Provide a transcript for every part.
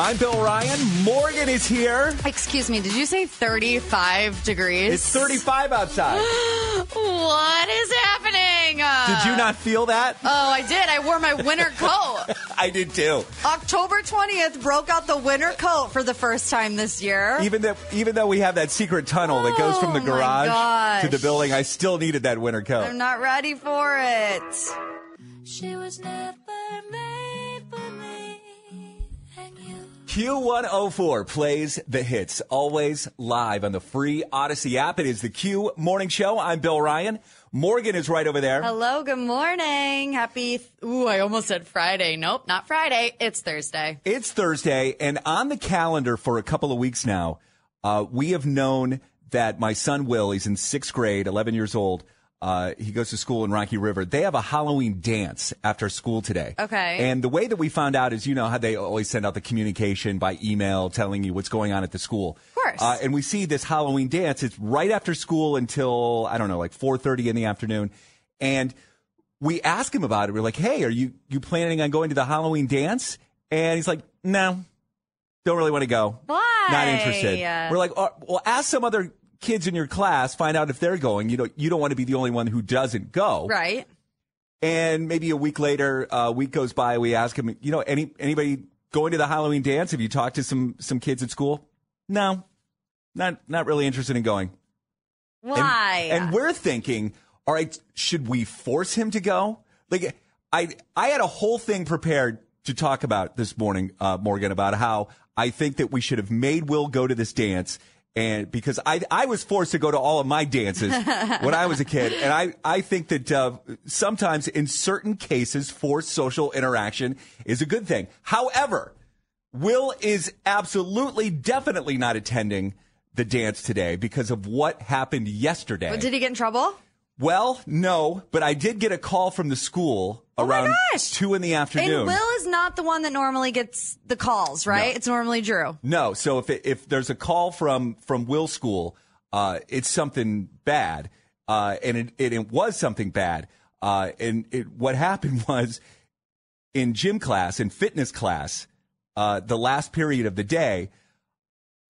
I'm Bill Ryan. Morgan is here. Excuse me, did you say 35 degrees? It's 35 outside. what is happening? did you not feel that? Oh, I did. I wore my winter coat. I did too. uh, October 20th broke out the winter coat for the first time this year. Even though, even though we have that secret tunnel that goes from the Oh, my garage gosh. to the building, I still needed that winter coat. I'm not ready for it. She was never made for me and you. Q104 plays the hits, always live on the free Odyssey app. It is the Q Morning Show. I'm Bill Ryan. Morgan is right over there. Hello, good morning. Happy. Th- Ooh, I almost said Friday. Nope, not Friday. It's Thursday. It's Thursday, and on the calendar for a couple of weeks now, uh, we have known that my son Will, he's in sixth grade, 11 years old. Uh, he goes to school in Rocky River. They have a Halloween dance after school today. Okay. And the way that we found out is, you know, how they always send out the communication by email telling you what's going on at the school. Of course. Uh, and we see this Halloween dance. It's right after school until, I don't know, like 4.30 in the afternoon. And we ask him about it. We're like, "Hey, are you you planning on going to the Halloween dance?" And he's like, "No, don't really want to go. Why? Not interested." We're like, "Oh, "Well, ask some other kids in your class. Find out if they're going. You know, you don't want to be the only one who doesn't go." Right. And maybe a week later, a week goes by. We ask him, "You know, any anybody going to the Halloween dance? Have you talked to some some kids at school?" No, not not really interested in going. And- Why? And, we're thinking, all right, should we force him to go? Like, I I had a whole thing prepared to talk about this morning, uh, Morgan, about how I think that we should have made Will go to this dance. And because I, I was forced to go to all of my dances when I was a kid. And I, I think that uh, sometimes in certain cases, forced social interaction is a good thing. However, Will is absolutely, definitely not attending the dance today because of what happened yesterday. But did he get in trouble? well, no, but I did get a call from the school around Oh gosh. two in the afternoon. And Will is not the one that normally gets the calls, right? It's normally Drew. no, so if it, if there's a call from from Will School, uh, it's something bad, uh, and it, it it was something bad. Uh, and it, what happened was in gym class, in fitness class, uh, the last period of the day,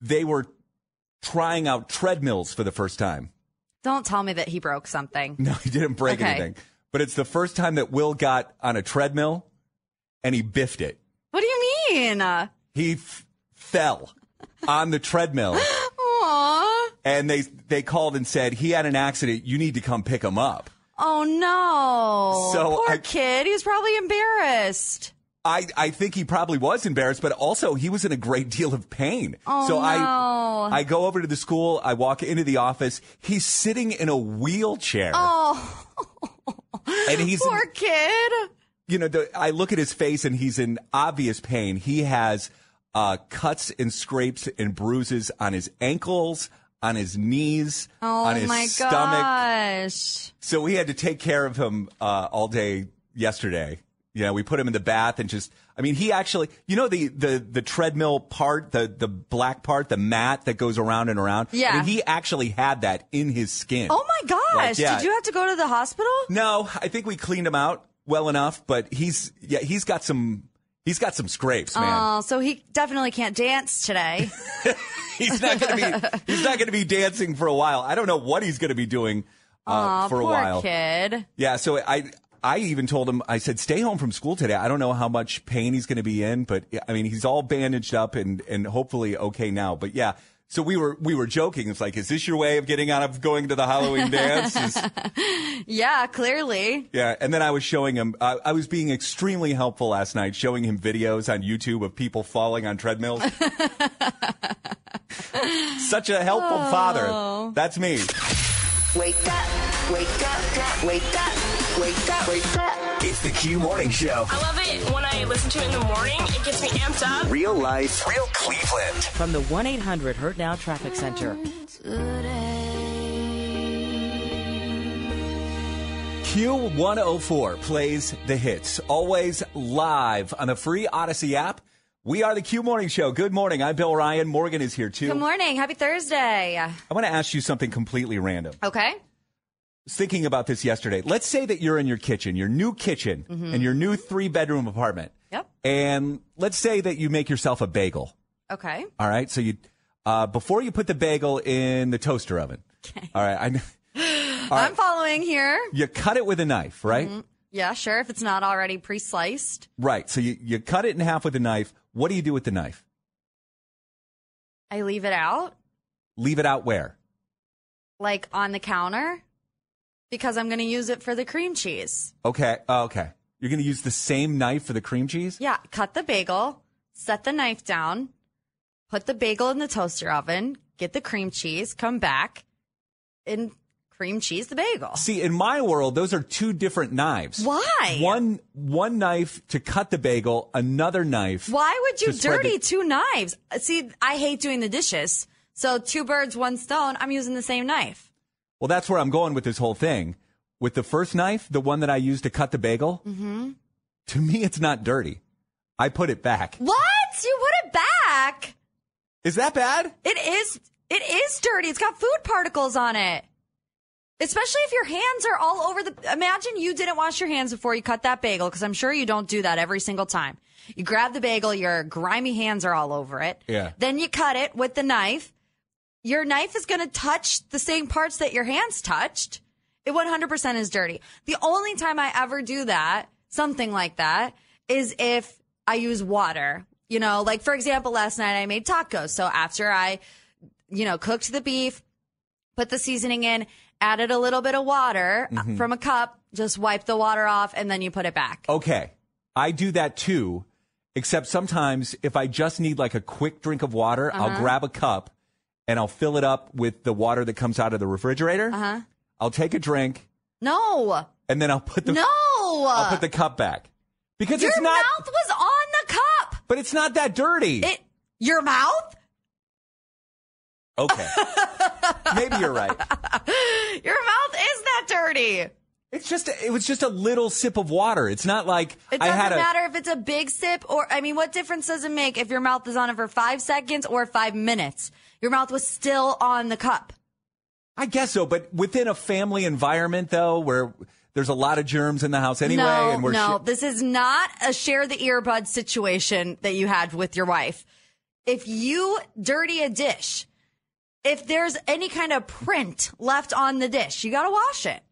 they were trying out treadmills for the first time. Don't tell me that he broke something. No, he didn't break Okay. anything. But it's the first time that Will got on a treadmill and he biffed it. What do you mean? Aww. He f- fell on the treadmill Oh and they they called and said he had an accident. You need to come pick him up. no. So Poor I- kid. He was probably embarrassed. I, I think he probably was embarrassed, but also he was in a great deal of pain. Oh, so I no. I go over to the school, I walk into the office. He's sitting in a wheelchair. Oh, and he's poor kid. you know, the, I look at his face and he's in obvious pain. He has uh, cuts and scrapes and bruises on his ankles, on his knees, Oh on his my stomach. gosh. So we had to take care of him uh, all day yesterday. You know, we put him in the bath and just, I mean, he actually, you know, the, the, the treadmill part, the, the black part, the mat that goes around and around. I Yeah. mean, he actually had that in his skin. Oh my gosh. Like, yeah. Did you have to go to the hospital? No, I think we cleaned him out well enough, but he's, yeah, he's got some, he's got some scrapes, man. Oh, so he definitely can't dance today. he's not going to be, he's not going to be dancing for a while. I don't know what he's going to be doing, uh, Aw, for a Oh, poor while. kid. Yeah, so I I even told him I said stay home from school today. I don't know how much pain he's going to be in, but I mean he's all bandaged up and and hopefully okay now. But yeah, so we were we were joking. It's like, is this your way of getting out of going to the Halloween dance? Is- Yeah, clearly. yeah, and then I was showing him. I, I was being extremely helpful last night, showing him videos on YouTube of people falling on treadmills. Such a helpful father. That's me. Wake up, wake up, wake up, wake up, wake up. It's the Q Morning Show. I love it when I listen to it in the morning. It gets me amped up. Real life, real Cleveland. From the 1 800 Hurt Now Traffic Center. Q104 plays the hits, always live on the free Odyssey app. We are the Q Morning Show. Good morning. I'm Bill Ryan. Morgan is here too. Good morning. Happy Thursday. I want to ask you something completely random. I Okay. was thinking about this yesterday. Let's say that you're in your kitchen, your new kitchen, and your new three bedroom apartment. Mm-hmm. Yep. And let's say that you make yourself a bagel. Okay. All right. So you, uh, before you put the bagel in the toaster oven. Okay. All right. I, kn- I'm following here. you cut it with a knife, right? Mm-hmm. Yeah, sure. If it's not already pre sliced, Right. So you, you cut it in half with a knife. What do you do with the knife? I leave it out, Leave it out where? like on the counter, because I'm going to use it for the cream cheese. Okay. Oh, okay. You're going to use the same knife for the cream cheese? Yeah, cut the bagel, set the knife down, put the bagel in the toaster oven, get the cream cheese, come back, and cream cheese the bagel. See, in my world, those are two different knives. Why? One one knife to cut the bagel, another knife. Why would you to spread dirty the- two knives? See, I hate doing the dishes. So two birds, one stone. I'm using the same knife. well, that's where I'm going with this whole thing. With the first knife, the one that I used to cut the bagel, mm-hmm. to me, it's not dirty. I put it back. What? You put it back. Is that bad? It is it is dirty. It's got food particles on it. Especially if your hands are all over the Imagine you didn't wash your hands before you cut that bagel cuz I'm sure you don't do that every single time. You grab the bagel, your grimy hands are all over it. Yeah. Then you cut it with the knife. Your knife is going to touch the same parts that your hands touched. It 100% is dirty. The only time I ever do that, something like that, is if I use water. You know, like for example, last night I made tacos. So after I, you know, cooked the beef, put the seasoning in, added a little bit of water uh, Mm-hmm. from a cup, just wipe the water off, and then you put it back. Okay. I do that too, except sometimes if I just need like a quick drink of water, Uh-huh. I'll grab a cup and I'll fill it up with the water that comes out of the refrigerator. Uh-huh. I'll take a drink No, and then I'll put the no. I'll put the cup back. Because your it's not mouth was on the cup. but it's not that dirty. It, your mouth? okay. Maybe you're right. Your mouth is that dirty. It's just it was just a little sip of water. It's not like It I doesn't had a matter if it's a big sip or, I mean, what difference does it make if your mouth is on it for five seconds or five minutes? Your mouth was still on the cup. I guess so, but within a family environment though where there's a lot of germs in the house anyway no, and we're no, sh- this is not a share the earbud situation that you had with your wife. If you dirty a dish, if there's any kind of print left on the dish, you gotta wash it.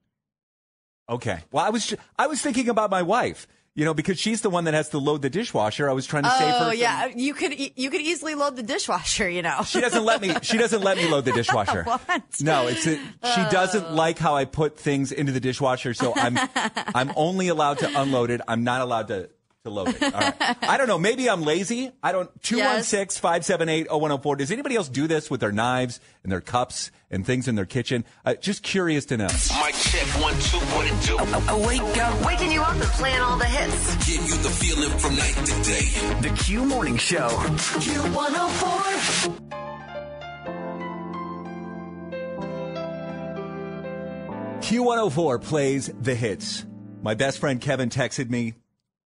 Okay. Well, I was ju- I was thinking about my wife, you know, because she's the one that has to load the dishwasher. I was trying to save her. Oh from- yeah, you could e- you could easily load the dishwasher, you know. She doesn't let me. She doesn't let me load the dishwasher. What? No, it's a, she doesn't like how I put things into the dishwasher. So I'm I'm only allowed to unload it. I'm not allowed to to load it. All right. I don't know. Maybe I'm lazy. I don't. 216 578 0104. Does anybody else do this with their knives and their cups and things in their kitchen? Uh, just curious to know. Mic check one two what it do? Wake up, waking you up and playing all the hits. Give you the feeling from night to day. The Q Morning Show. Q104. Q104 plays the hits. My best friend Kevin texted me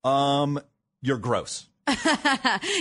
Um, you're gross.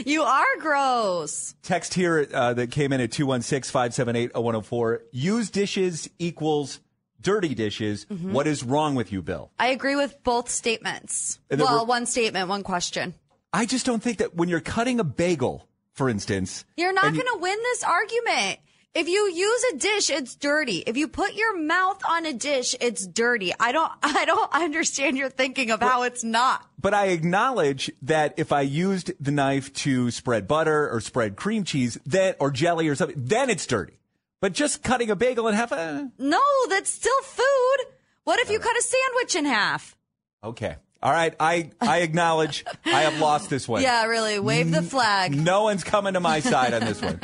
you are gross. Text here uh, that came in at 216 578 0104. Used dishes equals dirty dishes. Mhm. What is wrong with you, Bill? I agree with both statements. And then Well, we're- one statement, one question. I just don't think that when you're cutting a bagel, for instance, You're not and you- going to win this argument. If you use a dish, it's dirty. If you put your mouth on a dish, it's dirty. I don't I don't understand your thinking of how it's not. But I acknowledge that if I used the knife to spread butter or spread cream cheese, then or jelly or something, then it's dirty. But just cutting a bagel in half, uh, No, that's still food. What if you cut a sandwich in half? okay, all right. I I acknowledge I have lost this one. Yeah, really. Wave the flag. No one's coming to my side on this one.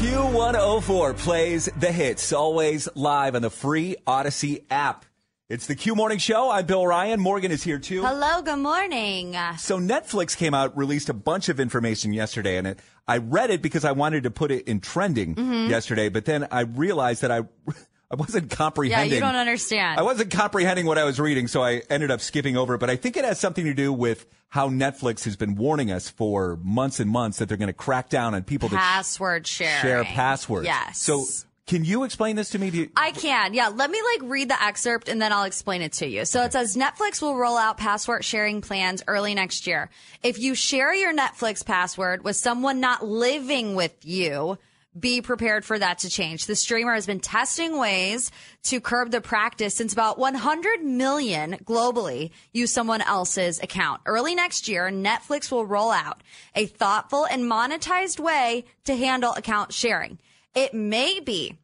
Q104 plays the hits, always live on the free Odyssey app. It's the Q Morning Show. I'm Bill Ryan. Morgan is here too. Hello, good morning. So Netflix came out, released a bunch of information yesterday, and it, I read it because I wanted to put it in trending Mhm. yesterday. But then I realized that I, I wasn't Yeah, comprehending. you don't understand. I wasn't comprehending what I was reading, so I ended up skipping over it. But I think it has something to do with how Netflix has been warning us for months and months that they're going to crack down on people that Password sh- sharing. share passwords. Yes. So can you explain this to me? Do you, I can. Yeah. Let me like read the excerpt and then I'll explain it to you. So it says Netflix will roll out password sharing plans early next year. If you share your Netflix password with someone not living with you, be prepared for that to change. The streamer has been testing ways to curb the practice since about 100 million globally use someone else's account. Early next year, Netflix will roll out a thoughtful and monetized way to handle account sharing. It may be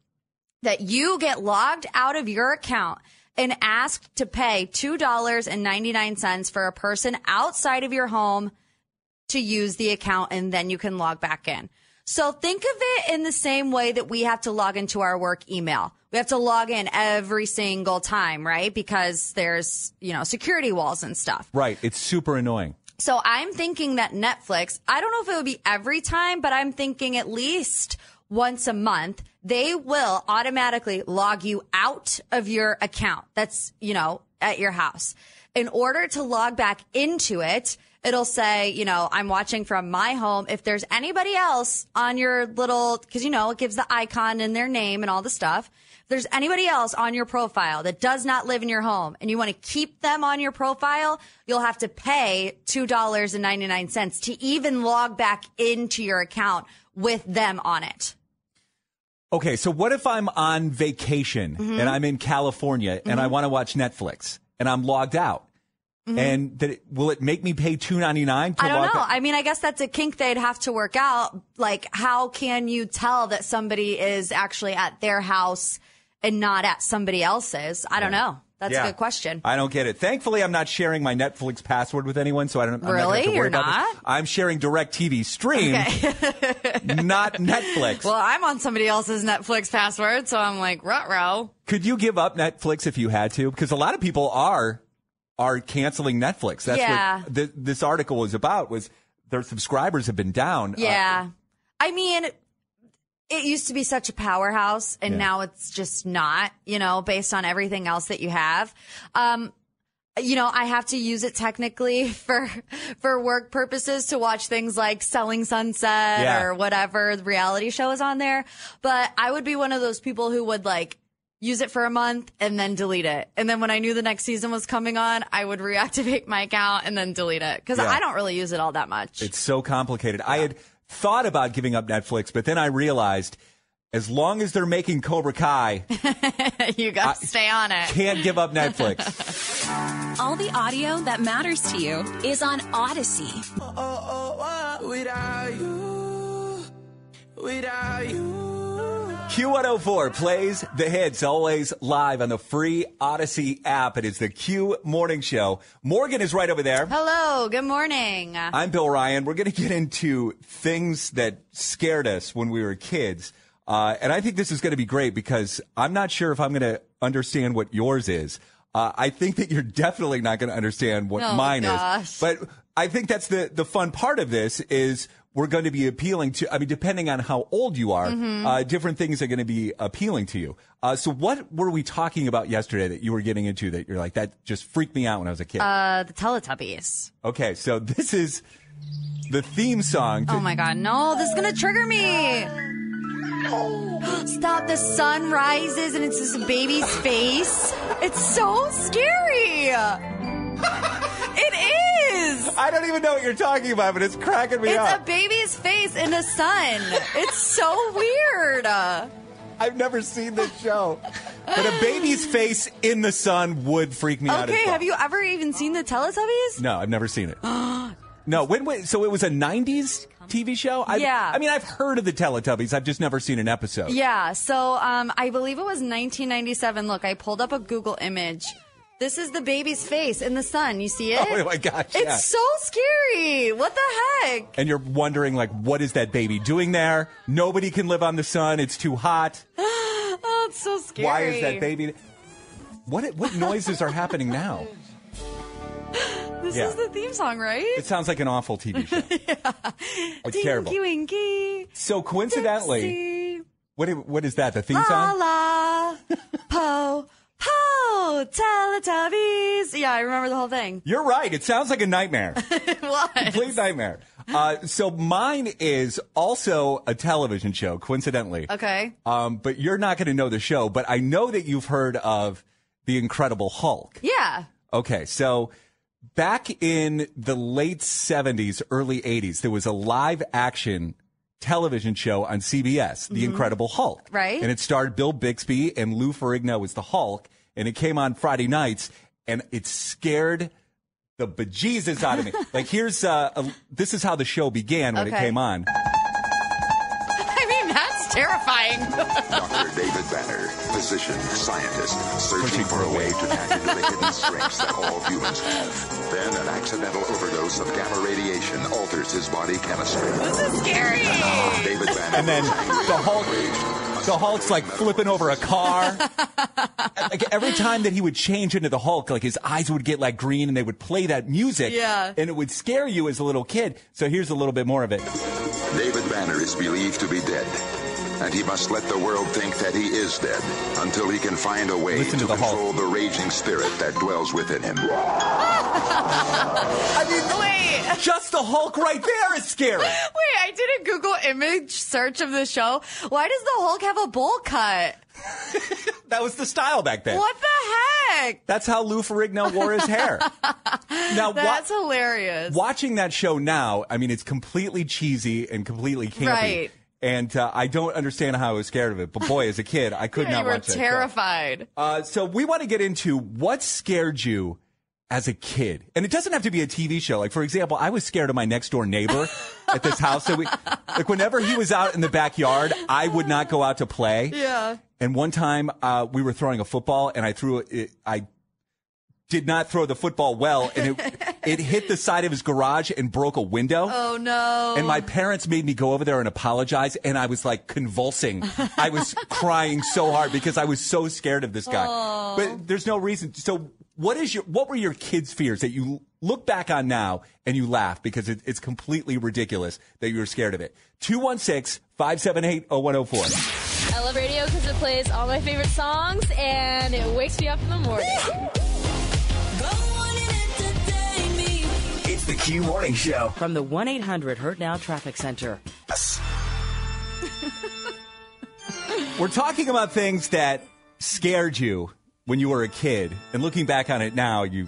that you get logged out of your account and asked to pay $2.99 for a person outside of your home to use the account and then you can log back in. So think of it in the same way that we have to log into our work email. We have to log in every single time, right? Because there's, you know, security walls and stuff. right. It's super annoying. So I'm thinking that Netflix, I don't know if it would be every time, but I'm thinking at least once a month, they will automatically log you out of your account that's, you know, at your house. In order to log back into it, it'll say, you know, I'm watching from my home. If there's anybody else on your little, cause you know, it gives the icon and their name and all the stuff. If there's anybody else on your profile that does not live in your home and you want to keep them on your profile, you'll have to pay $2.99 to even log back into your account with them on it. Okay, so what if I'm on vacation Mhm. and I'm in California and Mm-hmm. I want to watch Netflix and I'm logged out? Mhm. And that it, will it make me pay two ninety nine to I don't log know. out? I mean, I guess that's a kink they'd have to work out. Like, how can you tell that somebody is actually at their house and not at somebody else's? I don't know. That's Yeah. a good question. I don't get it. Thankfully, I'm not sharing my Netflix password with anyone, so I don't. I'm not gonna Really? have to worry You're about this. not? I'm sharing DirecTV stream, not Netflix. Well, I'm on somebody else's Netflix password, so I'm like, rut row. Could you give up Netflix if you had to? Because a lot of people are are canceling Netflix. That's Yeah. what th- this article was about. Was their subscribers have been down? uh, Yeah. I mean, it used to be such a powerhouse and Yeah. now it's just not, you know, based on everything else that you have. Um, you know, I have to use it technically for, for work purposes to watch things like Selling Sunset Yeah. or whatever the reality show is on there. But I would be one of those people who would like, Use it for a month and then delete it. And then when I knew the next season was coming on, I would reactivate my account and then delete it. Cause Yeah. I don't really use it all that much. It's so complicated. I had thought about giving up Netflix, but then I realized as long as they're making Cobra Kai, you gotta stay on it. can't give up Netflix. All the audio that matters to you is on Odyssey. Q104 plays the hits always live on the free Odyssey app. It is the Q Morning Show. Morgan is right over there. Hello, good morning. Uh, I'm Bill Ryan. We're going to get into things that scared us when we were kids. Uh, and I think this is going to be great because I'm not sure if I'm going to understand what yours is. Uh, I think that you're definitely not going to understand what Oh, mine gosh. is. But I think that's the, the fun part of this is we're going to be appealing to. I mean, depending on how old you are, Mhm. Mm-hmm. uh, different things are going to be appealing to you. Uh, so, what were we talking about yesterday that you were getting into that you're like that just freaked me out when I was a kid? Uh, the Teletubbies. okay, so this is the theme song. To, Oh my god, no, this is gonna trigger me. Stop, the sun rises and it's this baby's face. It's so scary. It is. I don't even know what you're talking about, but it's cracking me it's up. a baby's face in the sun. It's so weird. I've never seen this show. but a baby's face in the sun would freak me out. as Okay, well. have you ever even seen the Teletubbies? No, I've never seen it. no, when, when so it was a '90s TV show. I've, Yeah. I mean, I've heard of the Teletubbies. I've just never seen an episode. Yeah, so um, I believe it was 1997. Look, I pulled up a Google image. This is the baby's face in the sun. You see it? Oh my gosh! It's yeah. so scary. What the heck? and you're wondering like, what is that baby doing there? Nobody can live on the sun. It's too hot. Oh, it's so scary. Why is that baby? What what noises are happening now? This Yeah. is the theme song, right? It sounds like an awful TV show. It's Dinky terrible. Winky. So coincidentally, Dixie, what i- what is that? The theme La song? la. Po. Po. Teletubbies. Yeah, I remember the whole thing. You're right. It sounds like a nightmare. what? Complete nightmare. Uh, so mine is also a television show, coincidentally. Okay. Um, but you're not going to know the show, but I know that you've heard of The Incredible Hulk. Yeah. Okay, so back in the late 70s, early 80s, there was a live action television show on CBS, The Mhm. Incredible Hulk. Right. And it starred Bill Bixby and Lou Ferrigno as the Hulk, and it came on Friday nights, and it scared the bejesus out of me. like, here's uh, a, this is how the show began when it Okay. came on. I mean, that's terrifying. Dr. David Banner, physician, scientist, searching for a way to tap into the hidden strengths that all humans have. Then an accidental overdose of gamma radiation alters his body chemistry. This is scary. David Banner. And then the Hulk, the Hulk's like flipping over a car. like every time that he would change into the Hulk, like his eyes would get like green and they would play that music. Yeah. And it would scare you as a little kid. So here's a little bit more of it. David Banner is believed to be dead. And he must let the world think that he is dead until he can find a way Listen to to the Hulk. control the raging spirit that dwells within him. I mean, Wait. just the Hulk right there is scary. Wait, I did a Google image search of the show. Why does the Hulk have a bowl cut? That was the style back then. What the heck? That's how Lou Ferrigno wore his hair. now, wa- That's hilarious. watching that show now, I mean, it's completely cheesy and completely campy. Right. And uh, I don't understand how I was scared of it, but boy, as a kid, I could Yeah, not you were watch that show. terrified. Uh, so we want to get into what scared you as a kid, and it doesn't have to be a TV show. Like for example, I was scared of my next door neighbor at this house. So we, like whenever he was out in the backyard, I would not go out to play. Yeah. And one time, uh, we were throwing a football, and I threw it. I did not throw the football well, and it it hit the side of his garage and broke a window. Oh no. And my parents made me go over there and apologize, and I was like convulsing. I was crying so hard because I was so scared of this guy. Aw. But there's no reason. So, what is your what were your kids' fears that you look back on now and you laugh because it, it's completely ridiculous that you were scared of it? 216 578 0104. I love radio because it plays all my favorite songs and it wakes me up in the morning. It's the Q Morning Show. From the 1 800 Hurt Now Traffic Center. We're talking about things that scared you when you were a kid, and looking back on it now, you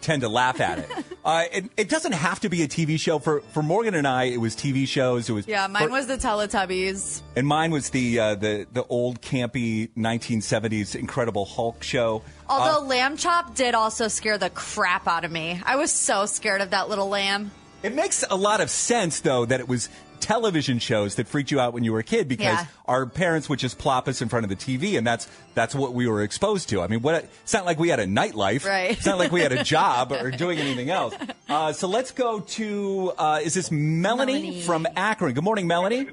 tend to laugh at it. uh, it, it doesn't have to be a TV show. For for Morgan and I, it was TV shows. It was Yeah, mine for- was the Teletubbies. and mine was the uh, the the old campy 1970s Incredible Hulk show. Although Uh, lamb chop did also scare the crap out of me. I was so scared of that little lamb. it makes a lot of sense though that it was television shows that freaked you out when you were a kid because Yeah. our parents would just plop us in front of the TV and that's that's what we were exposed to. I mean, what it's not like we had a nightlife. Right. It's not like we had a job or doing anything else. Uh, so let's go to uh, is this Melanie, from Akron? Good morning, Melanie.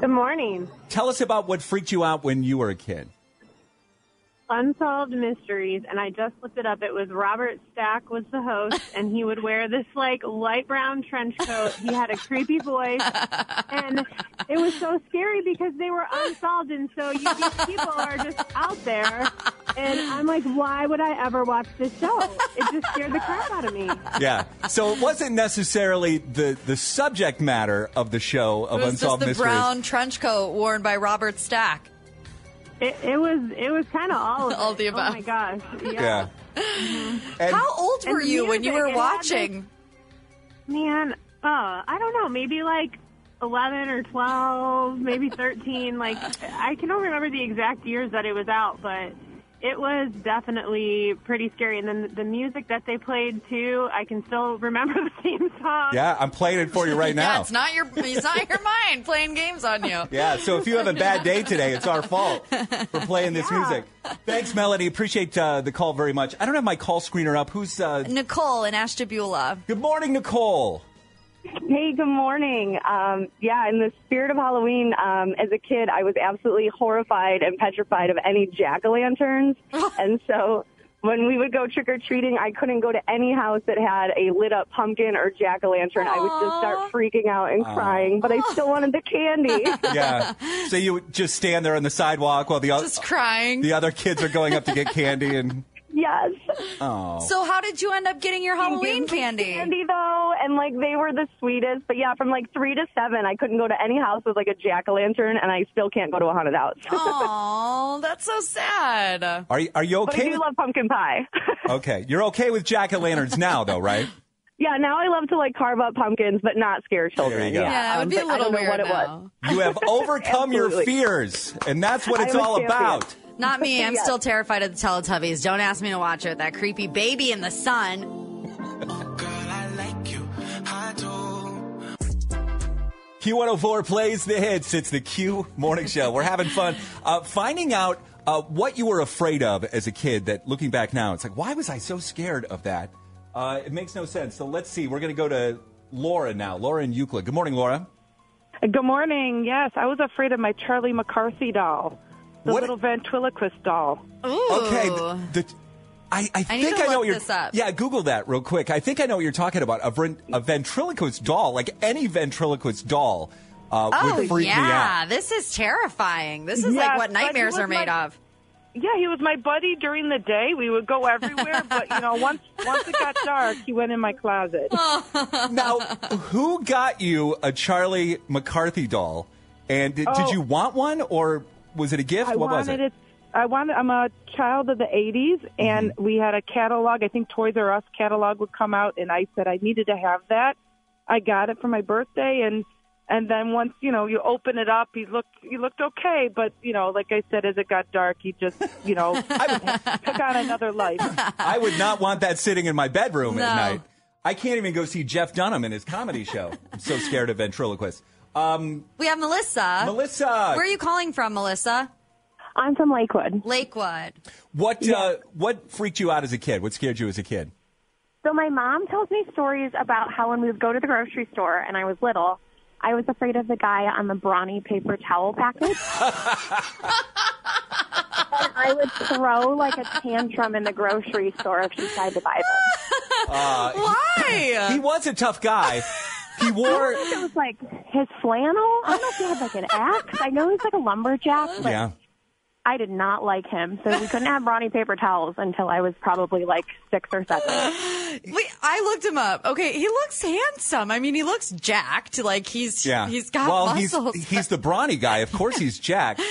Good morning. Tell us about what freaked you out when you were a kid. Unsolved Mysteries, and I just looked it up. It was Robert Stack was the host, and he would wear this like light brown trench coat. He had a creepy voice, and it was so scary because they were unsolved, and so you, these people are just out there. And I'm like, why would I ever watch this show? It just scared the crap out of me. Yeah. So it wasn't necessarily the, the subject matter of the show of it was just Unsolved the Mysteries. brown trench coat worn by Robert Stack. It, it was it was kind of all of All it. the above. Oh my gosh! Yeah. yeah. And- How old And were the you when you music, were it had this- watching? Man, uh, I don't know. Maybe like 11 or 12, maybe 13. Like, I can don't remember the exact years that it was out, but it was definitely pretty scary. And then the music that they played too, I can still remember the theme song. Yeah, I'm playing it for you Oh, right Yeah, now. it's not your it's not your mind playing games on you. Yeah, so if you have a bad day today, it's our fault for playing this music. Thanks, Melody. Appreciate uh, the call very much. I don't have my call screener up. Who's. Uh, Nicole in Ashtabula. good morning, Nicole. Hey, good morning. Um, yeah, in the spirit of Halloween, um, as a kid, I was absolutely horrified and petrified of any jack o' lanterns. and so when we would go trick or treating, I couldn't go to any house that had a lit up pumpkin or jack o' lantern. I would just start freaking out and Aw. crying, but I still wanted the candy. Yeah. So you would just stand there on the sidewalk while the, o- Just crying. Uh, the other kids are going up to get candy and. Yes. Oh. So how did you end up getting your Halloween candy? Candy, though, and like they were the sweetest. But yeah, from like three to seven, I couldn't go to any house with like a jack o' lantern, and I still can't go to a haunted house. Oh, that's so sad. Are you, are you But I okay? do love pumpkin pie. With, okay. You're okay with jack o' lanterns now, though, right? Yeah, now I love to like carve up pumpkins, but not scare children. There you go. Yeah, Yeah, it would um, be a but I don't little know what weird it was. now. You have overcome your Absolutely. fears, and that's what it's I'm a all champion. about. Not me. I'm Yes. still terrified of the Teletubbies. Don't ask me to watch it. That creepy baby in the sun. Q104 plays the hits. It's the Q Morning Show. We're having fun uh, finding out uh, what you were afraid of as a kid that looking back now, it's like, why was I so scared of that? Uh, it makes no sense. So let's see. We're going to go to Laura now. Laura in Euclid. Good morning, Laura. Good morning. Yes, I was afraid of my Charlie McCarthy doll, the What- little ventriloquist doll. Okay. The, the- I, I, I need think to I know look what you're. this up. Yeah, Google that real quick. I think I know what you're talking about. A, ven- a ventriloquist doll, like any ventriloquist doll, uh, oh would freak me out. yeah, this is terrifying. This is like Yes, what but he nightmares was are made my- of. Yeah, he was my buddy during the day. We would go everywhere, but you know, once once it got dark, he went in my closet. now, who got you a Charlie McCarthy doll? And did, did Oh. you want one, or was it a gift? I what was wanted it? Mm-hmm. it. I wanted. I'm a child of the '80s, and we had a catalog. I think Toys R Us catalog would come out, and I said I needed to have that. I got it for my birthday, and and then once you know you open it up, he looked he looked okay, but you know, like I said, as it got dark, he just you know took on another life. I would not want that sitting in my bedroom No. at night. I can't even go see Jeff Dunham in his comedy show. I'm so scared of ventriloquists. Um, We have Melissa. Melissa. Where are you calling from, Melissa? I'm from Lakewood. Lakewood. what uh, what freaked you out as a kid? What scared you as a kid? So my mom tells me stories about how when we would go to the grocery store and I was little, I was afraid of the guy on the brawny paper towel package. and I would throw like a tantrum in the grocery store if she tried to buy them. Uh, Why? He, was a tough guy. He I wore. think it was like his flannel. I don't know if he had like an axe. I know he's like a lumberjack, but Yeah. I did not like him. So we couldn't have brawny paper towels until I was probably like six or seven. Wait, I looked him up. Okay, he looks handsome. I mean, he looks jacked. Like he's Yeah. he's got well, muscles. he's he's the brawny guy. Of course, he's Jack. Uh,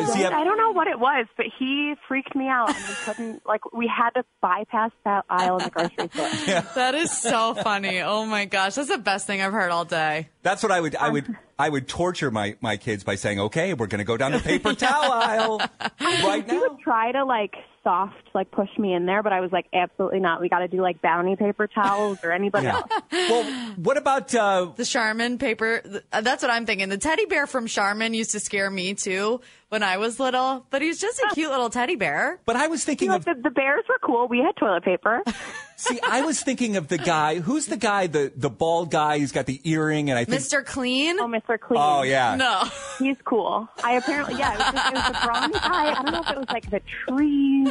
does he Well, have- I don't know what it was, but he freaked me out, and we couldn't like we had to bypass that aisle in the grocery store. That is so funny. Oh my gosh, that's the best thing I've heard all day. That's what I would I would I would torture my my kids by saying, "Okay, we're going to go down the paper towel aisle." Right He would try to like soft like push me in there, but I was like, absolutely not. We got to do like bounty paper towels or anybody Yeah. else. Well, what about uh The Charmin paper, th- uh, that's what I'm thinking. The teddy bear from Charmin used to scare me too when I was little, but he's just a cute little teddy bear. But I was thinking of the, the bears were cool. We had toilet paper. See, I was thinking of the guy, who's the guy, the the bald guy who's got the earring and I think Mr. Clean? Oh, Mr. Clean. Oh, yeah. No. He's cool. I apparently, yeah, it was, just, it was the bronze guy. I don't know if it was like the trees,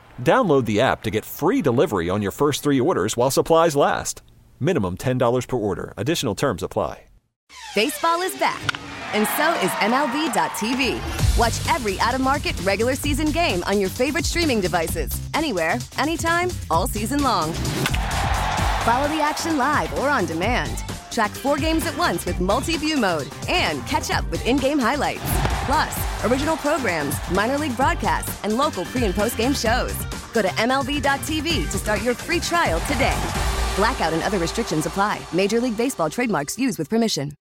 Download the app to get free delivery on your first three orders while supplies last. Minimum $10 per order. Additional terms apply. Baseball is back, and so is MLB.tv. Watch every out of market regular season game on your favorite streaming devices, anywhere, anytime, all season long. Follow the action live or on demand. Track four games at once with multi view mode and catch up with in game highlights. Plus, original programs, minor league broadcasts, and local pre and post game shows. Go to MLB.tv to start your free trial today. Blackout and other restrictions apply. Major League Baseball trademarks used with permission.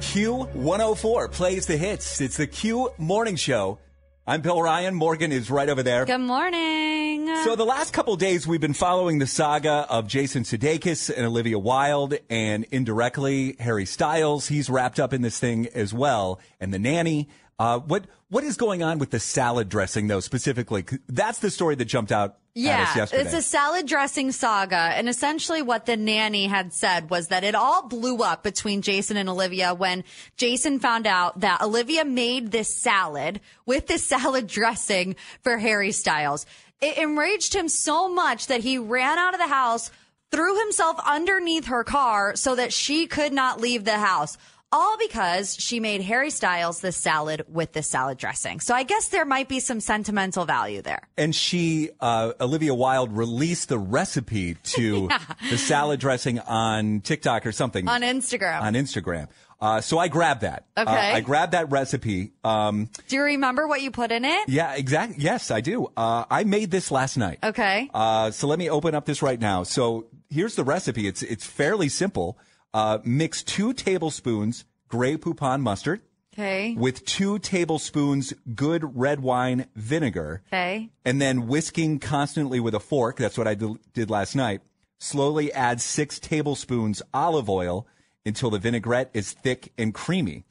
Q104 plays the hits. It's the Q Morning Show. I'm Bill Ryan. Morgan is right over there. Good morning. So the last couple days we've been following the saga of Jason Sudeikis and Olivia Wilde and indirectly Harry Styles. He's wrapped up in this thing as well. And the nanny. Uh, what what is going on with the salad dressing though specifically? 'Cause That's the story that jumped out at us Yeah, yesterday. it's a salad dressing saga. And essentially, what the nanny had said was that it all blew up between Jason and Olivia when Jason found out that Olivia made this salad with this salad dressing for Harry Styles. It enraged him so much that he ran out of the house, threw himself underneath her car so that she could not leave the house. All because she made Harry Styles this salad with this salad dressing. So I guess there might be some sentimental value there. and she, uh, Olivia Wilde, released the recipe to Yeah. the salad dressing on TikTok or something. On Instagram. on Instagram. Uh, so I grabbed that. Uh, Okay. I grabbed that recipe. Um, Do you remember what you put in it? yeah, exactly. Yes, I do. Uh, I made this last night. Okay. Uh, so let me open up this right now. So here's the recipe. It's it's fairly simple. Uh, mix two tablespoons gray poupon mustard Okay. with two tablespoons good red wine vinegar, Okay. and then whisking constantly with a fork. That's what I did- did last night. Slowly add six tablespoons olive oil until the vinaigrette is thick and creamy.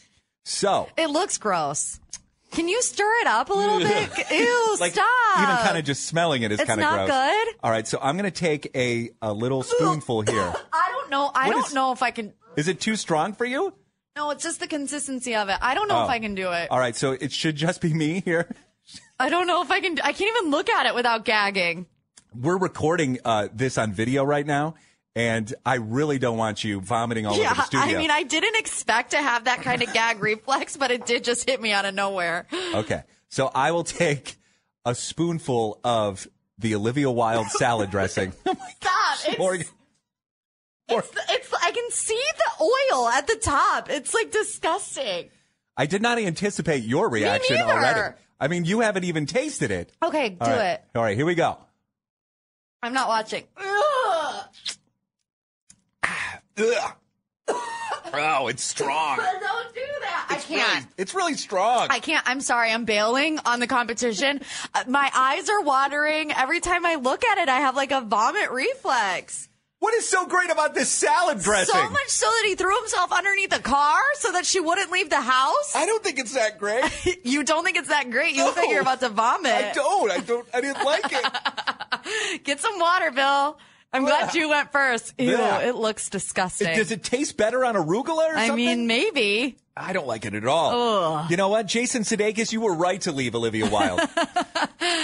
So It looks gross. Can you stir it up a little bit? Ew, Like, stop. Even kind of just smelling it is It's kind of not gross. good? All right, so I'm going to take a, a little spoonful here. I don't know. I What don't is- know if I can. Is it too strong for you? No, it's just the consistency of it. I don't know Oh. if I can do it. All right, so it should just be me here. I don't know if I can. I can't even look at it without gagging. We're recording uh, this on video right now, and I really don't want you vomiting all over yeah, Oh, the studio. I mean, I didn't expect to have that kind of gag reflex, but it did just hit me out of nowhere. Okay, so I will take a spoonful of the Olivia Wilde salad dressing. Stop. It's, it's, Morgan, it's, I can see the oil at the top. It's like disgusting. I did not anticipate your reaction neither. already. I mean, you haven't even tasted it. Okay, do All right. it. All right, here we go. I'm not watching. Ugh. Ugh. oh, it's strong. Don't do that. I can't. It's really strong. I can't. I'm sorry. I'm bailing on the competition. Uh, My eyes are watering. Every time I look at it, I have like a vomit reflex. What is so great about this salad dressing? So much so that he threw himself underneath a car so that she wouldn't leave the house. I don't think it's that great. you don't think it's that great. You No. think you're about to vomit. I don't. I don't. I didn't like it. Get some water, Bill. I'm glad you went first. Ew, Blech. it looks disgusting. Does it taste better on arugula or I something? mean, maybe. I don't like it at all. Ugh. You know what, Jason Sudeikis, you were right to leave Olivia Wilde.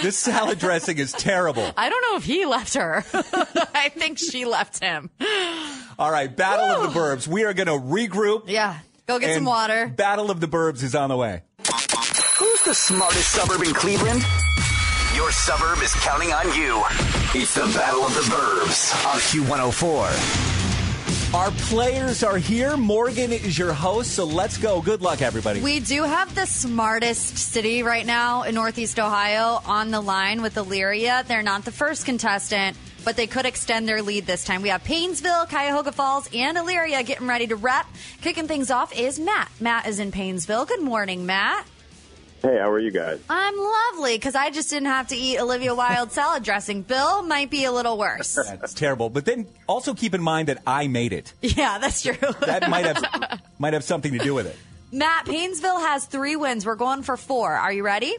this salad dressing is terrible. I don't know if he left her. I think she left him. All right, Battle of the Burbs. We are going to regroup. Yeah. Go get some and water. Battle of the Burbs is on the way. Who's the smartest suburb in Cleveland? Your suburb is counting on you. It's the Battle of the Burbs on Q104. Our players are here. Morgan is your host, so let's go. Good luck, everybody. We do have the smartest city right now in Northeast Ohio on the line with Illyria. They're not the first contestant, but they could extend their lead this time. We have Paynesville, Cuyahoga Falls, and Elyria getting ready to rep. Kicking things off is Matt. Matt is in Paynesville. Good morning, Matt. Hey, how are you guys? I'm lovely because I just didn't have to eat Olivia Wilde salad dressing. Bill might be a little worse. That's terrible. But then also keep in mind that I made it. Yeah, that's true. That might have might have something to do with it. Matt, Paynesville has three wins. We're going for four. Are you ready?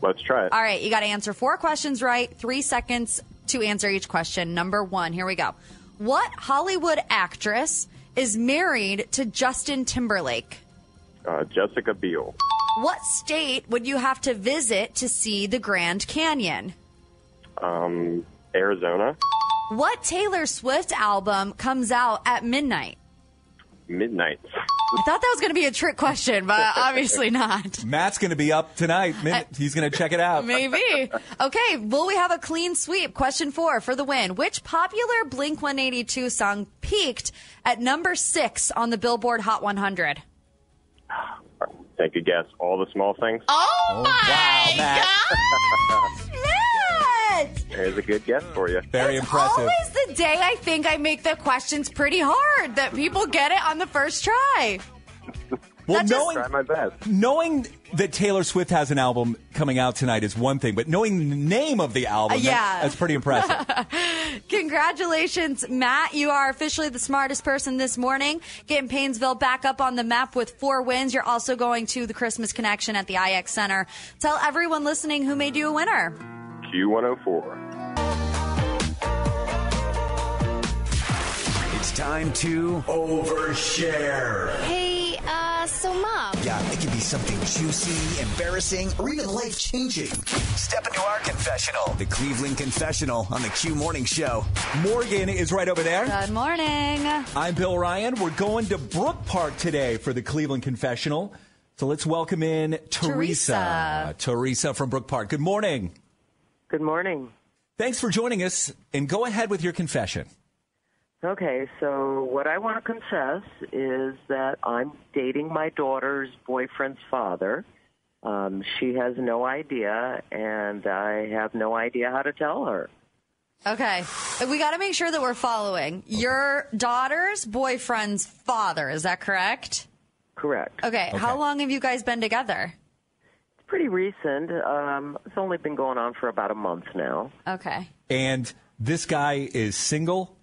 Let's try it. All right, you got to answer four questions right, three seconds to answer each question. Number one, here we go. What Hollywood actress is married to Justin Timberlake? Uh, Jessica Biel, What state would you have to visit to see the Grand Canyon? um, Arizona, What Taylor Swift album comes out at midnight? midnight. I thought that was going to be a trick question, but obviously not. Matt's going to be up tonight. Min- He's going to check it out. Maybe. Okay, will we have a clean sweep? Question four for the win. Which popular Blink 182 song peaked at number six on the Billboard Hot 100? Take a guess. All the small things. Oh, wow, Matt. Matt! There's a good guess for you. Very impressive. Always the day I think I make the questions pretty hard that people get it on the first try. Well, knowing Try my best. knowing that Taylor Swift has an album coming out tonight is one thing, but knowing the name of the album, Uh, that- yeah. that's pretty impressive. Congratulations, Matt. You are officially the smartest person this morning, getting Paynesville back up on the map with four wins. You're also going to the Christmas Connection at the IX Center. Tell everyone listening who made you a winner. Q104. It's time to overshare. Hey, uh, so mom. Yeah, it could be something juicy, embarrassing, or even life changing. Step into our confessional, the Cleveland Confessional on the Q Morning Show. Morgan is right over there. Good morning. I'm Bill Ryan. We're going to Brook Park today for the Cleveland Confessional. So let's welcome in Teresa. Teresa, from Brook Park. Good morning. Good morning. Thanks for joining us and go ahead with your confession. Okay, so what I want to confess is that I'm dating my daughter's boyfriend's father. Um, she has no idea, and I have no idea how to tell her. Okay. We got to make sure that we're following. Your daughter's boyfriend's father, is that correct? Correct. Okay. How long have you guys been together? It's pretty recent. Um, it's only been going on for about a month now. Okay. And this guy is single.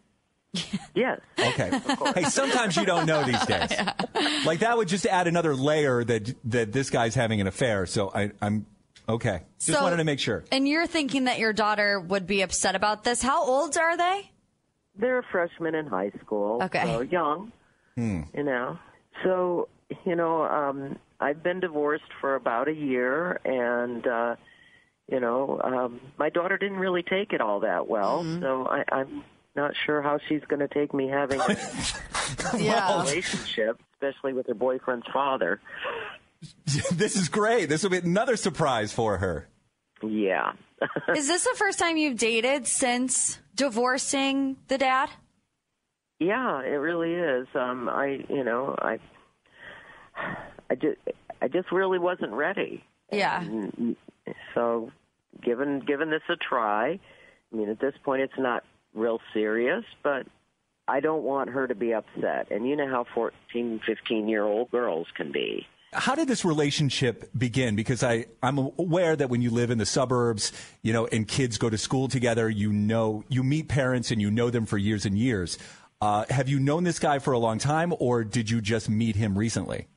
Yes. Okay. hey, sometimes you don't know these days. Like that would just add another layer that that this guy's having an affair. So I, I'm okay. Just So- wanted to make sure. And you're thinking that your daughter would be upset about this. How old are they? They're a freshman in high school. Okay. So young. you know so you know um i've been divorced for about a year and uh you know um my daughter didn't really take it all that well so i i'm not sure how she's going to take me having a Yeah. relationship especially with her boyfriend's father this is great. This will be another surprise for her. Yeah. Is this the first time you've dated since divorcing the dad? yeah it really is um i you know i i just i just really wasn't ready Mm, Yeah. so given given this a try i mean at this point it's not real serious but i don't want her to be upset and you know how 14 15 year old girls can be How did this relationship begin? Because I, I'm aware that when you live in the suburbs, you know, and kids go to school together, you know, you meet parents and you know them for years and years. Uh, have you known this guy for a long time, or did you just meet him recently?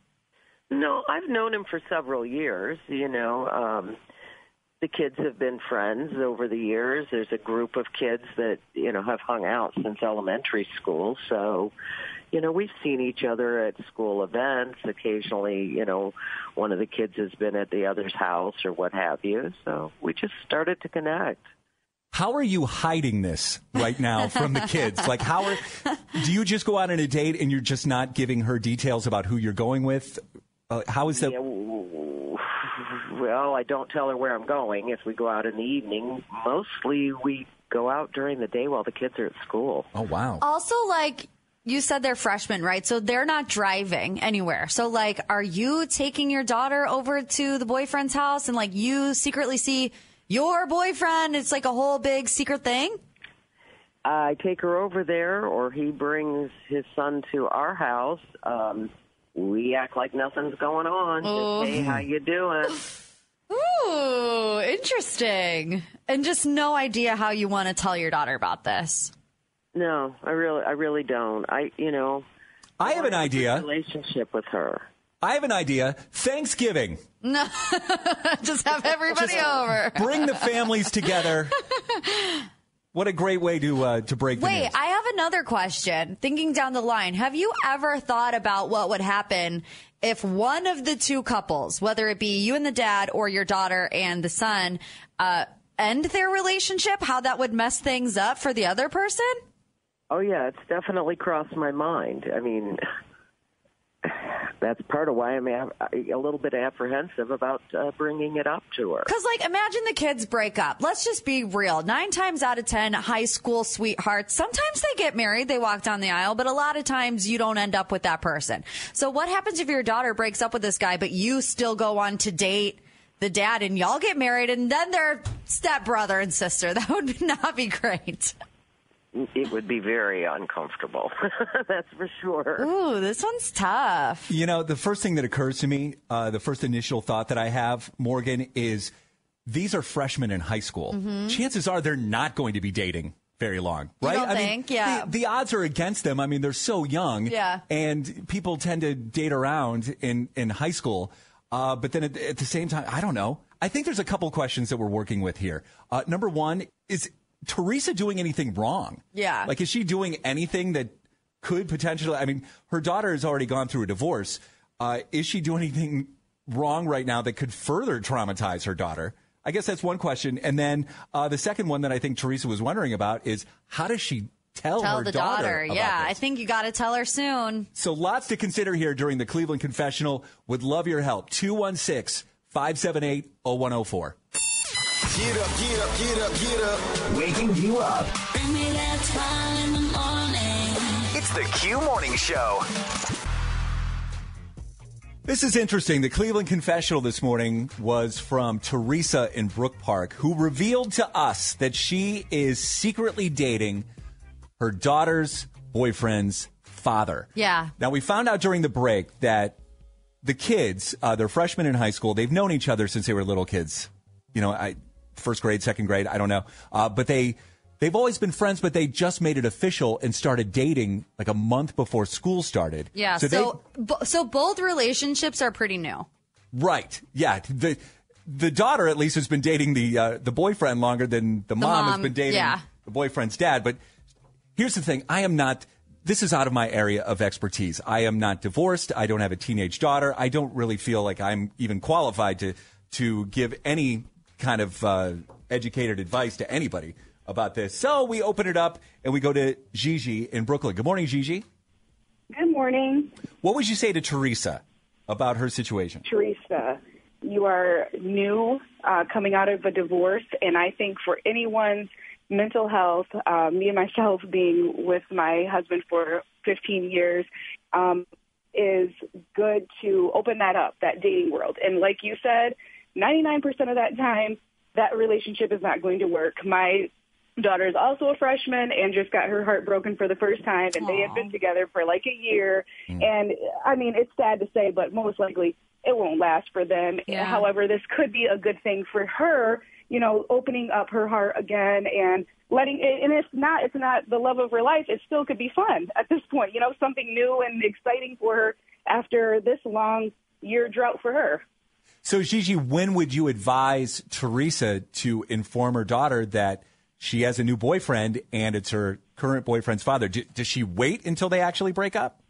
no i've known him for several years you know um the kids have been friends over the years there's a group of kids that you know have hung out since elementary school so you know we've seen each other at school events occasionally you know one of the kids has been at the other's house or what have you so we just started to connect How are you hiding this right now from the kids? Like, how are, do you just go out on a date and you're just not giving her details about who you're going with? Uh, how is that? well i don't tell her where i'm going if we go out in the evening mostly we go out during the day while the kids are at school oh wow Also, like you said, they're freshmen, right? So they're not driving anywhere. So, like, are you taking your daughter over to the boyfriend's house and, like, you secretly see your boyfriend? It's like a whole big secret thing? I take her over there, or he brings his son to our house. Um, we act like nothing's going on. Oh. Just, hey, how you doing? Ooh, interesting. And just no idea how you want to tell your daughter about this. No, I really, I really don't. I, you know, I have an idea. Relationship with her. I have an idea. Thanksgiving. No, just have everybody over. Bring the families together. What a great way to uh, to break the Wait, news. I have another question. Thinking down the line, have you ever thought about what would happen if one of the two couples, whether it be you and the dad or your daughter and the son, uh, end their relationship? How that would mess things up for the other person? Oh yeah, it's definitely crossed my mind. I mean, that's part of why I'm a, a little bit apprehensive about uh, bringing it up to her. Because, like, imagine the kids break up. Let's just be real. Nine times out of ten, high school sweethearts, sometimes they get married, they walk down the aisle, but a lot of times you don't end up with that person. So, what happens if your daughter breaks up with this guy, but you still go on to date the dad and y'all get married and then they're stepbrother and sister? That would not be great. It would be very uncomfortable. that's for sure. Ooh, this one's tough. You know, the first thing that occurs to me, uh, the first initial thought that I have, Morgan, is these are freshmen in high school. Mhm. Chances are they're not going to be dating very long, You right? don't I think? mean, Yeah. The, the odds are against them. I mean, they're so young. Yeah. And people tend to date around in, in high school. Uh, but then at, at the same time, I don't know. I think there's a couple questions that we're working with here. Uh, number one is Teresa doing anything wrong? Yeah. Like, is she doing anything that could potentially? I mean, her daughter has already gone through a divorce. Uh, is she doing anything wrong right now that could further traumatize her daughter? I guess that's one question. And then uh, the second one that I think Teresa was wondering about is how does she tell, Tell her the daughter? daughter. about Yeah, this? I think you got to tell her soon. So lots to consider here during the Cleveland Confessional. Would love your help. 216 578 0104. Get up, get up, get up, get up. Waking you up. Bring me that smile in the morning. It's the Q Morning Show. This is interesting. The Cleveland confessional this morning was from Teresa in Brook Park, who revealed to us that she is secretly dating her daughter's boyfriend's father. Yeah. Now, we found out during the break that the kids, uh, they're freshmen in high school. They've known each other since they were little kids. You know, I first grade, second grade, I don't know. Uh, but they they've always been friends, but they just made it official and started dating like a month before school started. Yeah. So, So, they- so, bo- so both relationships are pretty new. Right. Yeah. The the daughter at least has been dating the uh, the boyfriend longer than the, mom, has mom, been dating yeah. the boyfriend's dad. But here's the thing: I am not. This is out of my area of expertise. I am not divorced. I don't have a teenage daughter. I don't really feel like I'm even qualified to to give any kind of uh, educated advice to anybody about this. So we open it up and we go to Gigi in Brooklyn. Good morning, Gigi. Good morning, What would you say to Teresa about her situation? Teresa. You are new, uh, coming out of a divorce, and I think for anyone's mental health, uh, me and myself being with my husband for 15 years, um, is good to open that up, that dating world. And like you said, 99% of that time, that relationship is not going to work. My daughter is also a freshman and just got her heart broken for the first time, and they have been together for like a year. And I mean, it's sad to say, but most likely it won't last for them. Yeah. However, this could be a good thing for her, you know, opening up her heart again and letting it. And it's not, it's not the love of her life. It still could be fun at this point, you know, something new and exciting for her after this long year drought for her. So, Gigi, when would you advise Teresa to inform her daughter that she has a new boyfriend and it's her current boyfriend's father? D- does she wait until they actually break up?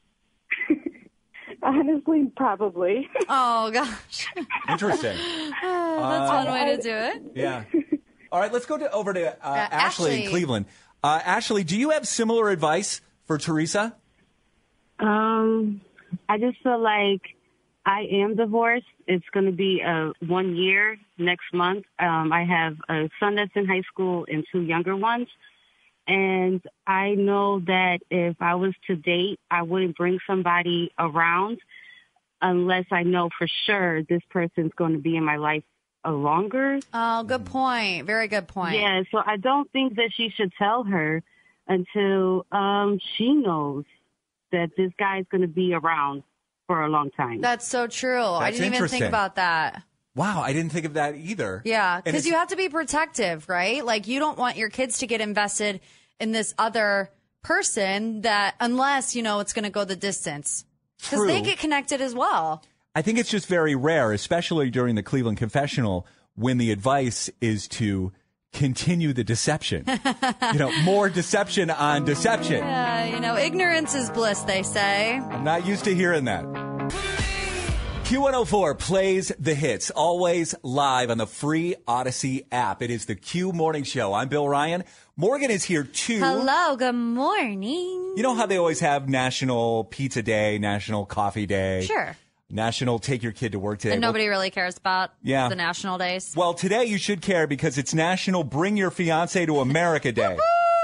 Honestly, probably. Oh gosh, Interesting. that's Uh, one way to do it. Yeah. All right, let's go to, over to uh, Ashley, Ashley. in Cleveland. Uh, Ashley, do you have similar advice for Teresa? Um, I just feel like I am divorced. It's going to be uh, one year next month. Um, I have a son that's in high school and two younger ones. And I know that if I was to date, I wouldn't bring somebody around unless I know for sure this person's going to be in my life a longer. Oh, good point. Very good point. Yeah, so I don't think that she should tell her until um, she knows that this guy is going to be around for a long time. That's so true. I That's didn't even think interesting. about that. Wow, I didn't think of that either. Yeah, And because it's- you have to be protective, right? Like you don't want your kids to get invested in this other person that, unless you know it's going to go the distance, because they True. get connected as well. I think it's just very rare, especially during the Cleveland confessional, when the advice is to continue the deception. you know, more deception on deception. Yeah, you know, ignorance is bliss, they say. I'm not used to hearing that. Q104 plays the hits, always live on the free Odyssey app. It is the Q Morning Show. I'm Bill Ryan. Morgan is here too. Hello, Oh, good morning. You know how they always have National Pizza Day, National Coffee Day, Sure. National Take Your Kid to Work Day. And Well, nobody really cares about Yeah. the national days. Well, today you should care because it's National Bring Your Fiance to America Day.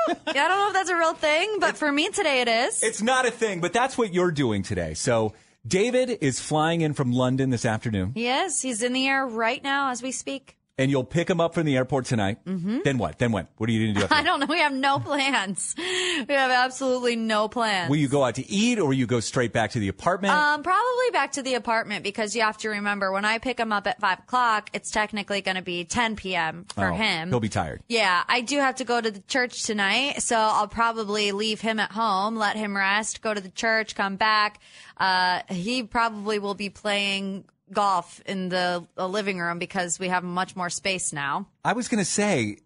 yeah, I don't know if that's a real thing, but for me today it is. it's not a thing, but that's what you're doing today. So, David is flying in from London this afternoon, He is. He's in the air right now as we speak. and you'll pick him up from the airport tonight. Mhm. Then what? Then what? What are you going to do? after I don't know. We have no plans. We have absolutely no that? plans. Will you go out to eat or will you go straight back to the apartment? Um, probably back to the apartment because you have to remember when I pick him up at five o'clock, it's technically going to be 10 p.m. for Oh, him. He'll be tired. Yeah, I do have to go to the church tonight, so I'll probably leave him at home, let him rest, go to the church, come back. Uh, he probably will be playing golf in the, the living room because we have much more space now. I was going to say,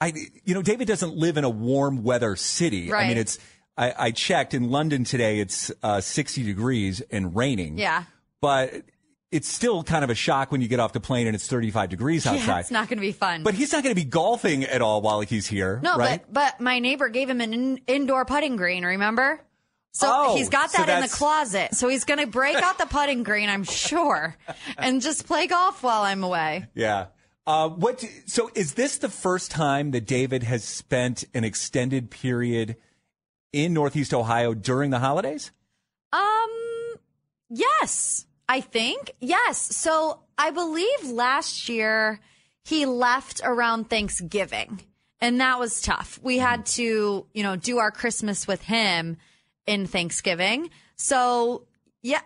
I you know David doesn't live in a warm weather city. I Right. mean, it's I, I checked in London today. It's uh, 60 degrees and raining. Yeah. but it's still kind of a shock when you get off the plane and it's 35 degrees outside. Yeah, it's not going to be fun. but he's not going to be golfing at all while he's here, No, right? but but my neighbor gave him an in- indoor putting green. Remember? So Oh, he's got so that in the that's- closet. So he's going to break out the putting green, I'm sure, and just play golf while I'm away. yeah. Uh, what? do- So is this the first time that David has spent an extended period in Northeast Ohio during the holidays? Um, yes, I think yes. So I believe last year he left around Thanksgiving, and that was tough. We had to, you know, do our Christmas with him in Thanksgiving. So yeah,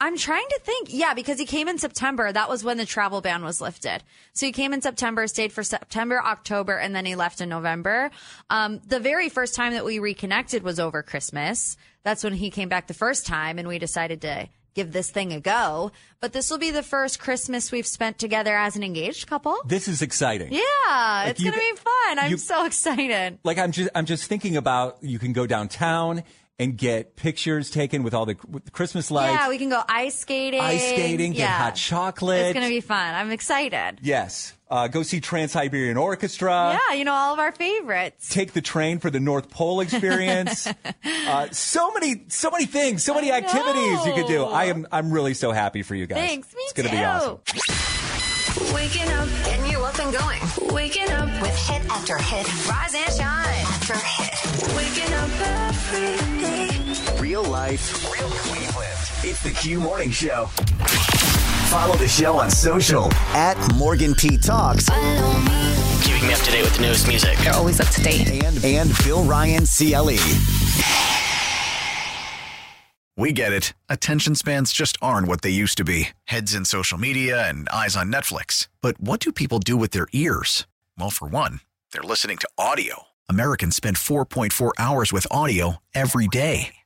I'm trying to think. Yeah, because he came in September. That was when the travel ban was lifted. So he came in September, stayed for September, October, and then he left in November. Um, the very first time that we reconnected was over Christmas. That's when he came back the first time, and we decided to give this thing a go. But this will be the first Christmas we've spent together as an engaged couple. This is exciting. Yeah, Like, it's you gonna g- be fun. I'm you- so excited. like I'm just I'm just thinking about you can go downtown and get pictures taken with all the with the Christmas lights, yeah, we can go ice skating, ice skating, get Yeah. hot chocolate. It's gonna be fun. I'm excited. yes, uh, go see Trans Siberian Orchestra. yeah, you know all of our favorites. Take the train for the North Pole experience. uh, so many, so many things, so many activities you could do. I am, I'm really so happy for you guys. Thanks, me it's gonna be too. awesome. Waking up, getting you up and going. Waking up with hit after hit. Rise and shine after hit. Waking up every day. Real life, real Cleveland. It's the Q Morning Show. Follow the show on social at Morgan P Talks. Keeping me up to date with the newest music. They're always up to date. And and Bill Ryan E. CLE. We get it. Attention spans just aren't what they used to be heads in social media and eyes on Netflix. But what do people do with their ears? Well, for one, they're listening to audio. Americans spend 4.4 hours with audio every day.